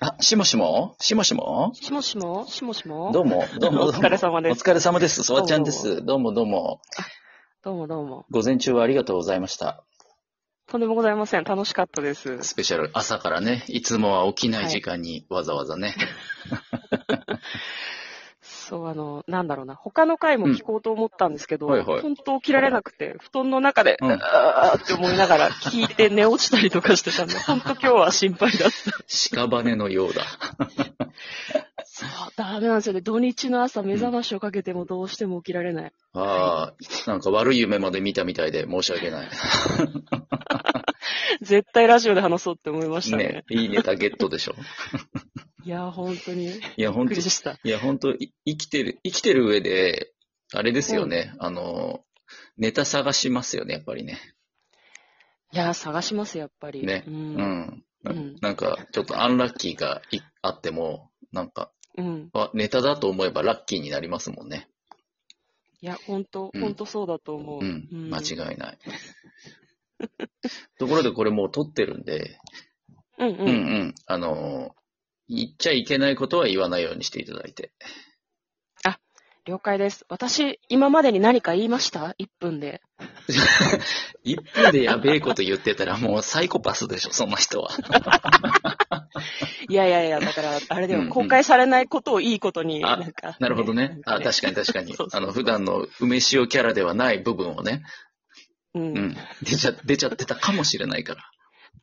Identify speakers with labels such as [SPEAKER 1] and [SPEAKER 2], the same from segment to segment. [SPEAKER 1] あ、しもしもしもしも
[SPEAKER 2] しもしもしもしも
[SPEAKER 1] どうも、どうも、
[SPEAKER 2] お疲れ様です
[SPEAKER 1] お疲れ様です。そわちゃんで
[SPEAKER 2] ど
[SPEAKER 1] す。どうもどうも。
[SPEAKER 2] どうもどうも。
[SPEAKER 1] 午前中はありがとうございました。
[SPEAKER 2] とんでもございません。楽しかったです。
[SPEAKER 1] スペシャル、朝からね、いつもは起きない時間にわざわざね。
[SPEAKER 2] そう、あの、なんだろうな。他の回も聞こうと思ったんですけど、
[SPEAKER 1] うんはいはい
[SPEAKER 2] 本当起きられなくて、布団の中で、
[SPEAKER 1] うん
[SPEAKER 2] あーって思いながら聞いて寝落ちたりとかしてた んで、本当今日は心配だった。
[SPEAKER 1] 屍のようだ。
[SPEAKER 2] そう、ダメなんですよね。土日の朝目覚ましをかけてもどうしても起きられない。
[SPEAKER 1] ああ、なんか悪い夢まで見たみたいで申し訳ない。
[SPEAKER 2] 絶対ラジオで話そうって思いましたね。
[SPEAKER 1] ね、いいネタゲット でしょ。
[SPEAKER 2] いやー、本当に。
[SPEAKER 1] いや、
[SPEAKER 2] びっ
[SPEAKER 1] 本
[SPEAKER 2] く
[SPEAKER 1] 当
[SPEAKER 2] りした。
[SPEAKER 1] いや、本当い生きてる、生きてる上で、あれですよね、あの、ネタ探しますよね、やっぱりね。
[SPEAKER 2] いやー、探します、やっぱり。
[SPEAKER 1] ね
[SPEAKER 2] う。
[SPEAKER 1] うんん。な
[SPEAKER 2] うん
[SPEAKER 1] なんか、ちょっとアンラッキーがいあっても、なんか、
[SPEAKER 2] うん。
[SPEAKER 1] あネタだと思えばラッキーになりますもんね。
[SPEAKER 2] いや、本当
[SPEAKER 1] うん
[SPEAKER 2] 本当そうだと思
[SPEAKER 1] う
[SPEAKER 2] う。
[SPEAKER 1] ん、間
[SPEAKER 2] い。
[SPEAKER 1] 違いない。 ところでこれもう撮ってるんで、
[SPEAKER 2] うん
[SPEAKER 1] う
[SPEAKER 2] うん。
[SPEAKER 1] うんん、あの、言っちゃいけないことは言わないようにしていただいて。
[SPEAKER 2] 了解です。私、今までに何か言いました ?1 分で。
[SPEAKER 1] 一分でやべえこと言ってた らもうサイコパスでしょ、そんな人は。
[SPEAKER 2] いやいやいや、だから、あれだ
[SPEAKER 1] うんう
[SPEAKER 2] よ、
[SPEAKER 1] ん
[SPEAKER 2] 公開されないことをいいことに、
[SPEAKER 1] あ
[SPEAKER 2] なんか、
[SPEAKER 1] なるほどね。あ、確かに確かに
[SPEAKER 2] そう。そ
[SPEAKER 1] あ
[SPEAKER 2] う
[SPEAKER 1] の、普段の梅塩キャラではない部分をね、
[SPEAKER 2] に。う。
[SPEAKER 1] うんん、出ちゃ、出ちゃってたかもしれないから。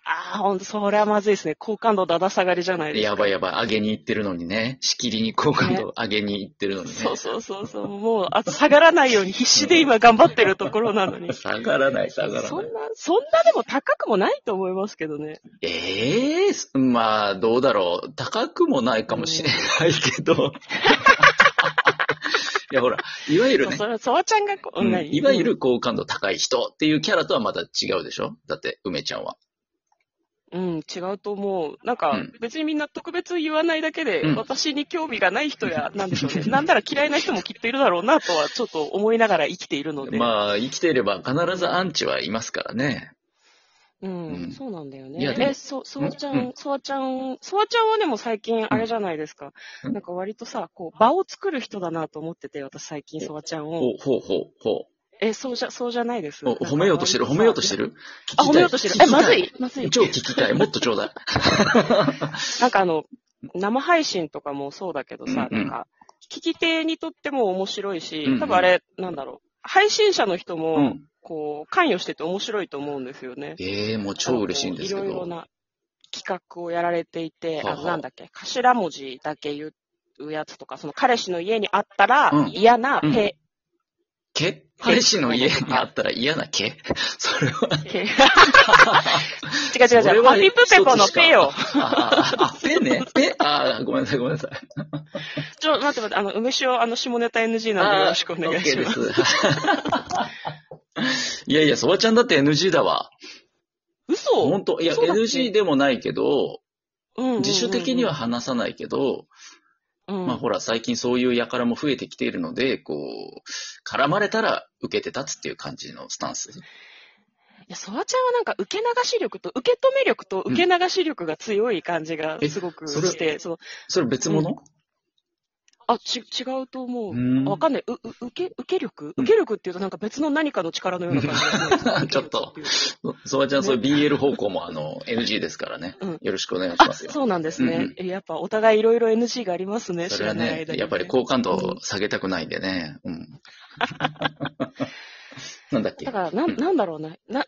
[SPEAKER 2] ああ、ほんと、それはまずいですね。好感度だだ下がりじゃないですか。
[SPEAKER 1] やばいやばい、上げに行ってるのにね。しきりに好感度上げに行ってるのにね。
[SPEAKER 2] そうそうそうそう。もう、あ下がらないように必死で今頑張ってるところなのに。
[SPEAKER 1] 下がらない、 下がら
[SPEAKER 2] そ
[SPEAKER 1] ない
[SPEAKER 2] ん。な、そんなでも高くもないと思いますけどね。
[SPEAKER 1] ええまあ、どうだろう。高くもないかもしれないけど。 いや、ほら、いわゆるね、
[SPEAKER 2] それそわちゃんがこう、
[SPEAKER 1] うん
[SPEAKER 2] 何
[SPEAKER 1] いわゆる好感度高い人っていうキャラとはまた違うでしょだって、梅ちゃんは。
[SPEAKER 2] うん、違うと思う。なんか
[SPEAKER 1] うん、
[SPEAKER 2] 別にみんな特別言わないだけで、
[SPEAKER 1] うん
[SPEAKER 2] 私に興味がない 人や、なんでしょうね。なんなら嫌いな人もきっといるだろうなとは、ちょっと思いながら生きているので。
[SPEAKER 1] まあ、生きていれば必ずアンチはいますからね。
[SPEAKER 2] うん、
[SPEAKER 1] うん
[SPEAKER 2] そうなんだよ
[SPEAKER 1] いや
[SPEAKER 2] ね。
[SPEAKER 1] でも
[SPEAKER 2] え、そ、そわちゃ
[SPEAKER 1] うん
[SPEAKER 2] ん、そわちゃん、そわちゃんはでも最近、あれじゃないですか。
[SPEAKER 1] うん
[SPEAKER 2] なんか割とさ、こう、場を作る人だなと思ってて、私最近、そわちゃんを。
[SPEAKER 1] ほうほうほうほ
[SPEAKER 2] え、そうじゃ、そうじゃないです。
[SPEAKER 1] う。お褒めようとしてる、褒めようとして
[SPEAKER 2] る。
[SPEAKER 1] る
[SPEAKER 2] あ、褒めようとしてる。え、まずい、まずい。
[SPEAKER 1] 超聞きたい。もっとちょう だい。
[SPEAKER 2] なんかあの、生配信とかもそうだけどさ、
[SPEAKER 1] うんうん
[SPEAKER 2] なんか、聞き手にとっても面白いし、
[SPEAKER 1] うんうん
[SPEAKER 2] 多分あれ、なんだろう、配信者の人も、
[SPEAKER 1] うん。
[SPEAKER 2] こう、関与してて面白いと思うんですよね。
[SPEAKER 1] ええもう超嬉しいんですけ
[SPEAKER 2] あのこういろいろ
[SPEAKER 1] ど。
[SPEAKER 2] な企画をやられていて、
[SPEAKER 1] はあはあ
[SPEAKER 2] あのなんだっけ、頭文字だけ言うやつとか、その彼氏の家にあったら
[SPEAKER 1] うん
[SPEAKER 2] 嫌な
[SPEAKER 1] うん
[SPEAKER 2] ペ、
[SPEAKER 1] 毛彼氏の家にあったら嫌な毛それは。
[SPEAKER 2] ペ 違う違う
[SPEAKER 1] そ
[SPEAKER 2] 違
[SPEAKER 1] れ
[SPEAKER 2] う、
[SPEAKER 1] は
[SPEAKER 2] パピプペコのペよ。
[SPEAKER 1] ああ、あペね。ペああ、ごめんなさい、ごめんなさい。
[SPEAKER 2] ちょ、待って待って、あの、梅塩、あの、下ネタ NG なんでよろしくお願いします。
[SPEAKER 1] あー OK です。いやいや、そばちゃんだって NG だわ。
[SPEAKER 2] 嘘
[SPEAKER 1] 本当いや、
[SPEAKER 2] そうだっけ
[SPEAKER 1] NG でもないけど、
[SPEAKER 2] うんうんうんうん
[SPEAKER 1] 自主的には、話さないけど、
[SPEAKER 2] うん
[SPEAKER 1] まあほら、最近そういう輩も増えてきているので、こう、絡まれたら受けて立つっていう感じのスタンス。
[SPEAKER 2] いや、ソワちゃんはなんか受け流し力と、受け止め力と受け流し力が強い感じが
[SPEAKER 1] え
[SPEAKER 2] すごく
[SPEAKER 1] それ
[SPEAKER 2] して、その、
[SPEAKER 1] それ別物、
[SPEAKER 2] あ、ち、違うと思う。
[SPEAKER 1] うん
[SPEAKER 2] あわかんない。う、う、受け、受け力
[SPEAKER 1] うん
[SPEAKER 2] 受け力っていうとなんか別の何かの力のような感じがす る
[SPEAKER 1] ちょっと
[SPEAKER 2] 受け力っていう
[SPEAKER 1] そばちゃん、そういう BL 方向もあの NG ですからね
[SPEAKER 2] うん。
[SPEAKER 1] よろしくお願いし
[SPEAKER 2] あ、
[SPEAKER 1] ますよ。
[SPEAKER 2] そうなんですね。
[SPEAKER 1] うん
[SPEAKER 2] えやっぱお互いいろいろ NG がありますね。
[SPEAKER 1] それは
[SPEAKER 2] 知らない
[SPEAKER 1] ね
[SPEAKER 2] 間、に
[SPEAKER 1] やっぱり好感度を下げたくないんでね。うん。 なんだっけ
[SPEAKER 2] だから、な、
[SPEAKER 1] うん
[SPEAKER 2] なんだろうな。な、何言っ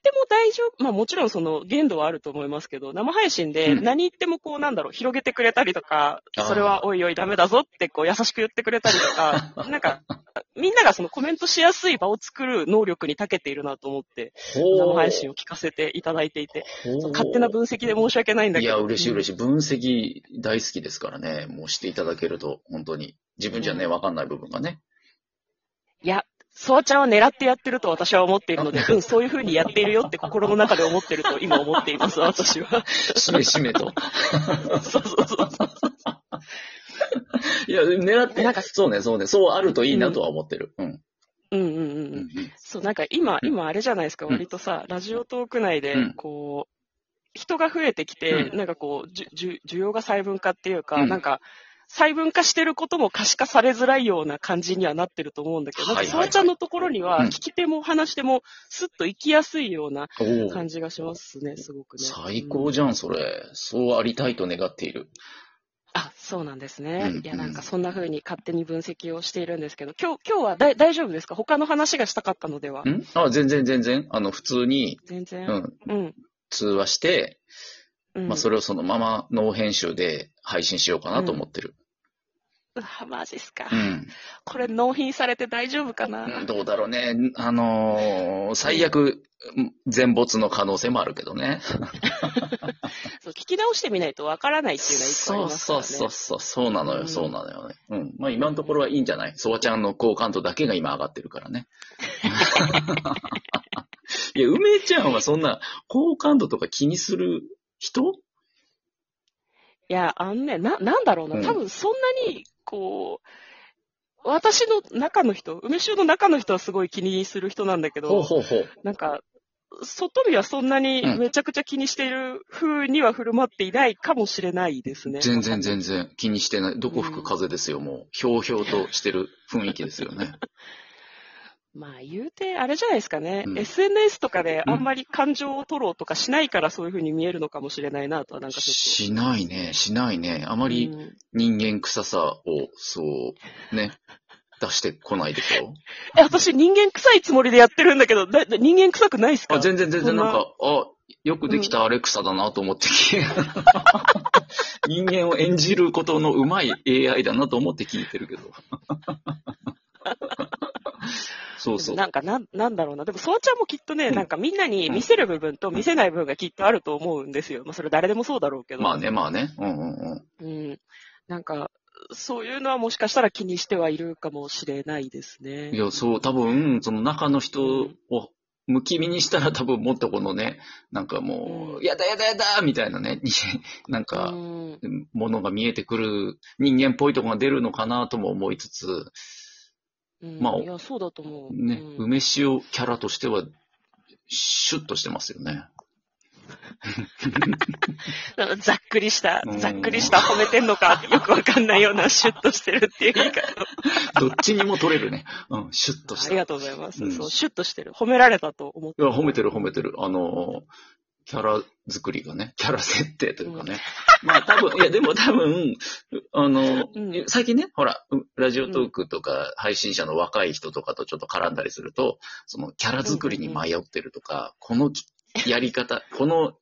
[SPEAKER 2] ても大丈夫。まあもちろんその限度はあると思いますけど、生配信で
[SPEAKER 1] うん
[SPEAKER 2] 何言ってもこうなんだろう、広げてくれたりとか、
[SPEAKER 1] あー
[SPEAKER 2] それはおいおいダメだぞってこう優しく言ってくれたりと か、なんか、みんながそのコメントしやすい場を作る能力に長けているなと思って、生配信
[SPEAKER 1] を。
[SPEAKER 2] を聞かせていただいていて、
[SPEAKER 1] ほう
[SPEAKER 2] その勝手な分析で申し訳ないんだ
[SPEAKER 1] い
[SPEAKER 2] けど。
[SPEAKER 1] や、嬉しい嬉
[SPEAKER 2] しい。
[SPEAKER 1] しい。分析大好きですからね。もうしていただけると、本当に。自分じゃね、わかんない部分がね。
[SPEAKER 2] いや、ソワちゃんは狙ってやってると私は思っているので、うん、そういう風にやっているよって心の中で思ってると今思っています、私は。
[SPEAKER 1] しめしめと。
[SPEAKER 2] そうそうそう。
[SPEAKER 1] いや、狙って、
[SPEAKER 2] なんか
[SPEAKER 1] そうね、そうね。そうあるといいなとは思ってる。うん。
[SPEAKER 2] うんうんうん
[SPEAKER 1] う
[SPEAKER 2] うんん。そう、なんか今、
[SPEAKER 1] うん
[SPEAKER 2] 今あれじゃないですか、
[SPEAKER 1] うん
[SPEAKER 2] 割とさ、ラジオトーク内で
[SPEAKER 1] うん、
[SPEAKER 2] こ人が増えてきて、
[SPEAKER 1] う
[SPEAKER 2] なんかこう、じゅじゅ需要が細分化っていうか、
[SPEAKER 1] うん
[SPEAKER 2] なんか、細分化してることも可視化されづらいような感じにはなってると思うんだけど、なん
[SPEAKER 1] は
[SPEAKER 2] か
[SPEAKER 1] いはい
[SPEAKER 2] 沢ちゃんのところには、
[SPEAKER 1] うん
[SPEAKER 2] 聞き手も話し手も、スッと行きやすいような
[SPEAKER 1] お
[SPEAKER 2] 感
[SPEAKER 1] ー
[SPEAKER 2] じがしますね、すごくね。
[SPEAKER 1] 最高じゃん、それ。そうありたいと願っている。
[SPEAKER 2] あ、そうなんですね。
[SPEAKER 1] うん
[SPEAKER 2] いうや、
[SPEAKER 1] ん
[SPEAKER 2] なんかそんな風に勝手に分析をしているんですけど、今日、今日はだい大丈夫ですか他の話がしたかったのでは。
[SPEAKER 1] んあ、全然全然。あの、普通に、
[SPEAKER 2] 全然。
[SPEAKER 1] うん、
[SPEAKER 2] うん。
[SPEAKER 1] 通話して、
[SPEAKER 2] うん。
[SPEAKER 1] まあ、それをそのまま脳編集で配信しようかなと思ってる。
[SPEAKER 2] うわ、マジっすか。
[SPEAKER 1] うん。
[SPEAKER 2] これ納品されて大丈夫かな、
[SPEAKER 1] どうだろうね。あのー最悪、全没の可能性もあるけどね。
[SPEAKER 2] そう聞き直してみないとわからないっていうのは一個
[SPEAKER 1] そ
[SPEAKER 2] あり
[SPEAKER 1] う
[SPEAKER 2] ますか
[SPEAKER 1] そ
[SPEAKER 2] ら
[SPEAKER 1] う
[SPEAKER 2] ね。
[SPEAKER 1] そうそう、そうなの
[SPEAKER 2] う
[SPEAKER 1] よ、
[SPEAKER 2] ん
[SPEAKER 1] そうなのよね。うん。まあ今のところはいいんじゃないソワちゃんの好感度だけが今上がってるから ね。いや、梅ちゃんはそんな好感度とか気にする人
[SPEAKER 2] いや、あのね、な、なんだろう
[SPEAKER 1] う
[SPEAKER 2] な。
[SPEAKER 1] ん
[SPEAKER 2] 多分そんなに、こう、私の中の人、梅酒の中の人はすごい気にする人なんだけど、
[SPEAKER 1] ほうほうほう。
[SPEAKER 2] なんか、外見はそんなにめちゃくちゃ気にしている風には振る舞っていないかもしれないですね。
[SPEAKER 1] 全然全然気にしてない。どこ吹く風ですよ、もう。ひょうひょうとしてる雰囲気ですよね。
[SPEAKER 2] まあ言うて、あれじゃないですかね、
[SPEAKER 1] うん
[SPEAKER 2] SNS とかで
[SPEAKER 1] うん
[SPEAKER 2] あんまり感情を取ろうとかしないからそういう風に見えるのかもしれないなとはなんかち
[SPEAKER 1] しないね、しないね。あ
[SPEAKER 2] ょ
[SPEAKER 1] ま
[SPEAKER 2] っと。
[SPEAKER 1] り
[SPEAKER 2] うん
[SPEAKER 1] 人間臭さを、そう、ね、出してこないでしょ
[SPEAKER 2] え、私人間臭いつもりでやってるんだけど、だだ人間臭くないっすか
[SPEAKER 1] あ、全然全
[SPEAKER 2] そ
[SPEAKER 1] 然
[SPEAKER 2] ん
[SPEAKER 1] な
[SPEAKER 2] なん
[SPEAKER 1] か、あ、よくできたアレクサだなと思って聞い 人間を演じることのうまい AI だなと思って聞いて るけど。そうそう。
[SPEAKER 2] なんかなん、なんだろうな。でも、そうちゃんもきっとね、
[SPEAKER 1] うん
[SPEAKER 2] なんかみんなに見せる部分と見せない部分がきっとあると思うんですよ。まあ、それ誰でもそうだろうけど。
[SPEAKER 1] まあね、まあね。うんうんうん。
[SPEAKER 2] うん。なんか、そういうのはもしかしたら気にしてはいるかもしれないですね。
[SPEAKER 1] いや、そう、多分、その中の人を、むきみにしたら多分もっとこのね、なんかも
[SPEAKER 2] う
[SPEAKER 1] う、
[SPEAKER 2] ん
[SPEAKER 1] やだやだやだみたいなね、 なんか、
[SPEAKER 2] うん
[SPEAKER 1] ものが見えてくる、人間っぽいとこが出るのかなとも思いつつ、
[SPEAKER 2] うん
[SPEAKER 1] まあ
[SPEAKER 2] いや、そうだと思う。
[SPEAKER 1] ね、
[SPEAKER 2] うん
[SPEAKER 1] 梅塩キャラとしては、シュッとしてますよね。
[SPEAKER 2] ざっくりした
[SPEAKER 1] う、ん
[SPEAKER 2] ざっくりした褒めてんのか、 よくわかんないような、シュッとしてるっていう言い方。
[SPEAKER 1] どっちにも取れるね。うん、シュッとし
[SPEAKER 2] あ
[SPEAKER 1] た。
[SPEAKER 2] り
[SPEAKER 1] いや、
[SPEAKER 2] がとうございます。
[SPEAKER 1] うん
[SPEAKER 2] そう、シュッとしてる。褒められたと思って。
[SPEAKER 1] 褒めてる褒めてる。あのー、キャラ作りがね、キャラ設定というかね。まあ多分、いやでも多分、あの、
[SPEAKER 2] うん
[SPEAKER 1] 最近ね、ほら、うラジオトークとか配信者の若い人とかとちょっと絡んだりすると、そのキャラ作りに迷ってるとか、このきやり方、この、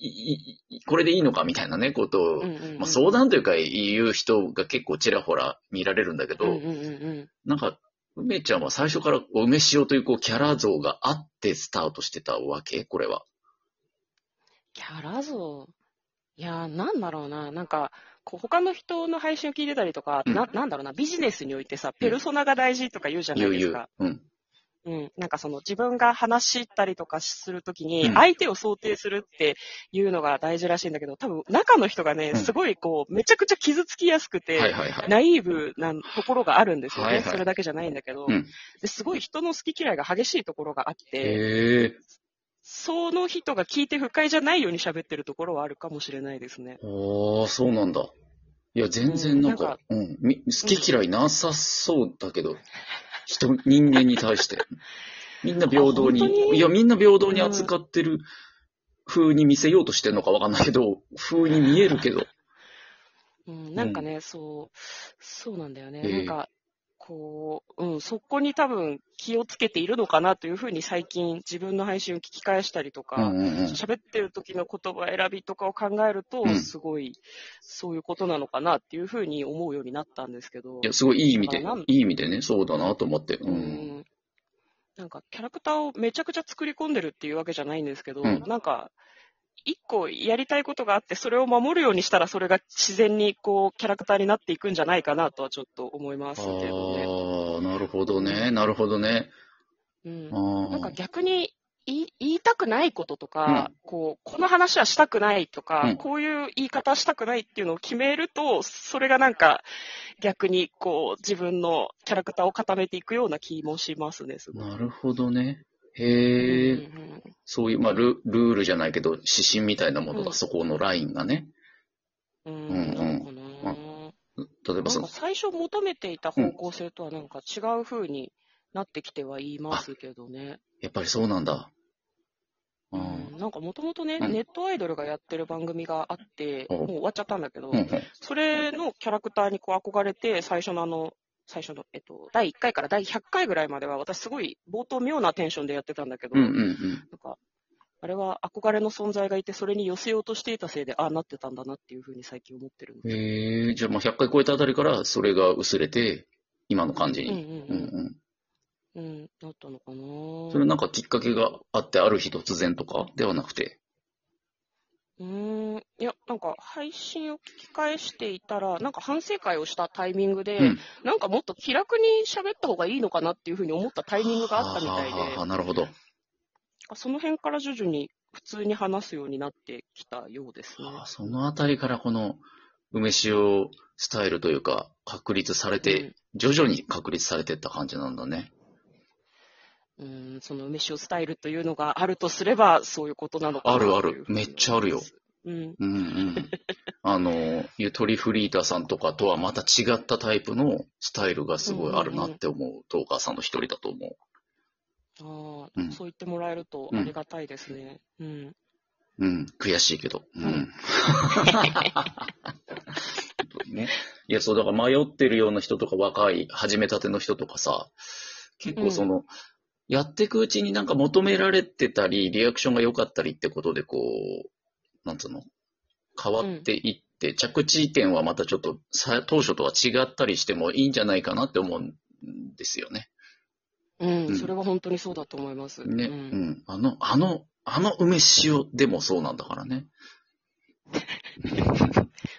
[SPEAKER 1] いいいこれでいいのかみたいなね、ことを、
[SPEAKER 2] うんうんうん
[SPEAKER 1] まあ、相談というか言う人が結構ちらほら見られるんだけど、
[SPEAKER 2] うんうんうんうん。
[SPEAKER 1] なんか、梅ちゃんは最初からこう梅塩というこうキャラ像があってスタートしてたわけこれは。
[SPEAKER 2] キャラ像。いやー、なんだろうな。なんか、こう他の人の配信を聞いてたりとか、
[SPEAKER 1] うん
[SPEAKER 2] な、なんだろうな、ビジネスにおいてさ、ペルソナが大事とか言うじゃな
[SPEAKER 1] ゆ
[SPEAKER 2] いうで
[SPEAKER 1] ゆ
[SPEAKER 2] す
[SPEAKER 1] う
[SPEAKER 2] か。。
[SPEAKER 1] うん。
[SPEAKER 2] うん。なんかその自分が話したりとかすると
[SPEAKER 1] う
[SPEAKER 2] きに、
[SPEAKER 1] ん
[SPEAKER 2] 相手を想定するっていうのが大事らしいんだけど、多分中の人がね、
[SPEAKER 1] うん
[SPEAKER 2] すごいこう、めちゃくちゃ傷つきやすくて、
[SPEAKER 1] はいはいはい。
[SPEAKER 2] ナイーブなところがあるんですよね。
[SPEAKER 1] はいはい
[SPEAKER 2] それだけじゃないんだけど、
[SPEAKER 1] うん
[SPEAKER 2] ですごい人の好き嫌いが激しいところがあって、
[SPEAKER 1] へえ。
[SPEAKER 2] その人が聞いて不快じゃないように喋ってるところはあるかもしれないですね。
[SPEAKER 1] ああ、そうなんだ。いや、全然なんか、うんみ好き嫌いなさそうだけど、人、人間に対 して。みんな平等
[SPEAKER 2] あ本当
[SPEAKER 1] に、
[SPEAKER 2] に
[SPEAKER 1] いや、みんな平等に扱ってる風に見せようとしてるのかわかんないけど、風に見えるけど。
[SPEAKER 2] うん、なんかね、そう、そうなんだよね。
[SPEAKER 1] ええ
[SPEAKER 2] なんか、こう、うん、そこに多分気をつけているのかなというふうに最近自分の配信を聞き返したりと
[SPEAKER 1] うん
[SPEAKER 2] か、
[SPEAKER 1] うんうん。
[SPEAKER 2] 喋ってる時の言葉選びとかを考えると、
[SPEAKER 1] うん
[SPEAKER 2] すごい、そういうことなのかなっていうふうに思うようになったんですけど。
[SPEAKER 1] いや、すごいいい意味で
[SPEAKER 2] だからな
[SPEAKER 1] い
[SPEAKER 2] ん、
[SPEAKER 1] い意味でね、そうだなと思って。う。
[SPEAKER 2] うんんなんかキャラクターをめちゃくちゃ作り込んでるっていうわけじゃないんですけど、
[SPEAKER 1] うん
[SPEAKER 2] なんか、一個やりたいことがあって、それを守るようにしたら、それが自然にこう、キャラクターになっていくんじゃないかなとはちょっと思いますけどね。
[SPEAKER 1] ああ、なるほどね、なるほどね。
[SPEAKER 2] うん
[SPEAKER 1] ああ。
[SPEAKER 2] なんか逆に言い言いたくないこととか、こう、この話はしたくないとか、
[SPEAKER 1] うん
[SPEAKER 2] こういう言い方したくないっていうのを決めると、それがなんか逆にこう、自分のキャラクターを固めていくような気もしますね、すごい。
[SPEAKER 1] なるほどね。へ
[SPEAKER 2] うん
[SPEAKER 1] え、
[SPEAKER 2] うんうん
[SPEAKER 1] そういう、まあル、ルールじゃないけど、指針みたいなものが、そこのラインがね。
[SPEAKER 2] うん、
[SPEAKER 1] うん
[SPEAKER 2] なんか
[SPEAKER 1] あ例えば
[SPEAKER 2] な、な
[SPEAKER 1] そ
[SPEAKER 2] ん
[SPEAKER 1] の、
[SPEAKER 2] か最初求めていた方向性とはなんか違う風になってきてはいますけどね。
[SPEAKER 1] やっぱりそうなんだ。う。
[SPEAKER 2] うんん、なんかもともとね、
[SPEAKER 1] うん
[SPEAKER 2] ネットアイドルがやってる番組があって、
[SPEAKER 1] お
[SPEAKER 2] もう終わっちゃったんだけど、
[SPEAKER 1] うんうん。
[SPEAKER 2] それのキャラクターにこう憧れて、最初のあの、最初の、えっと、第1回から第100回ぐらいまでは、私すごい冒頭妙なテンションでやってたんだけど、
[SPEAKER 1] うんう
[SPEAKER 2] なんん
[SPEAKER 1] うん。
[SPEAKER 2] か、あれは憧れの存在がいて、それに寄せようとしていたせいで、ああなってたんだなっていうふうに最近思ってるんで。
[SPEAKER 1] ええ、じゃあ、まあ、100回超えたあたりから、それが薄れて、今の感じ
[SPEAKER 2] うん
[SPEAKER 1] に。う
[SPEAKER 2] うんん
[SPEAKER 1] うん。
[SPEAKER 2] うん。うん、なったのかな
[SPEAKER 1] それなんかきっかけがあって、ある日突然とかではなくて。
[SPEAKER 2] うーん。いや、なんか、配信を聞き返していたら、なんか反省会をしたタイミングで、
[SPEAKER 1] うん
[SPEAKER 2] なんかもっと気楽に喋った方がいいのかなっていうふうに思ったタイミングがあったみた
[SPEAKER 1] は
[SPEAKER 2] い
[SPEAKER 1] あは
[SPEAKER 2] で
[SPEAKER 1] あは、あなるほど。
[SPEAKER 2] その辺から徐々に普通に話すようになってきたようですね。
[SPEAKER 1] あそのあたりからこの梅塩スタイルというか、確立されて、徐々に確立されていった感じなんだね。
[SPEAKER 2] うん、うんその梅塩スタイルというのがあるとすれば、そういうことなのかな
[SPEAKER 1] あるある
[SPEAKER 2] というふうに思います
[SPEAKER 1] めっちゃあるよ。
[SPEAKER 2] うん。
[SPEAKER 1] うんうん。 あの、ゆとりフリーターさんとかとはまた違ったタイプのスタイルがすごいあるなって思う、トーカーさんの一人だと思う。
[SPEAKER 2] あ
[SPEAKER 1] うん
[SPEAKER 2] あ、そう言ってもらえるとありがたいですね。うん。
[SPEAKER 1] うん、悔しいけど。う。
[SPEAKER 2] うん
[SPEAKER 1] ね、いや、そう、だから迷ってるような人とか若い、始めたての人とかさ、結構その、やっていくうちになんか求められてたり、リアクションが良かったりってことで、こう、なんつうの、変わっていって、着地点はまたちょっとさ、当初とは違ったりしてもいいんじゃないかなって思うんですよね。
[SPEAKER 2] うん、
[SPEAKER 1] うん
[SPEAKER 2] それは本当にそうだと思います。
[SPEAKER 1] ね、う、
[SPEAKER 2] うんん。
[SPEAKER 1] あの、あ の、あの梅塩でもそうなんだからね。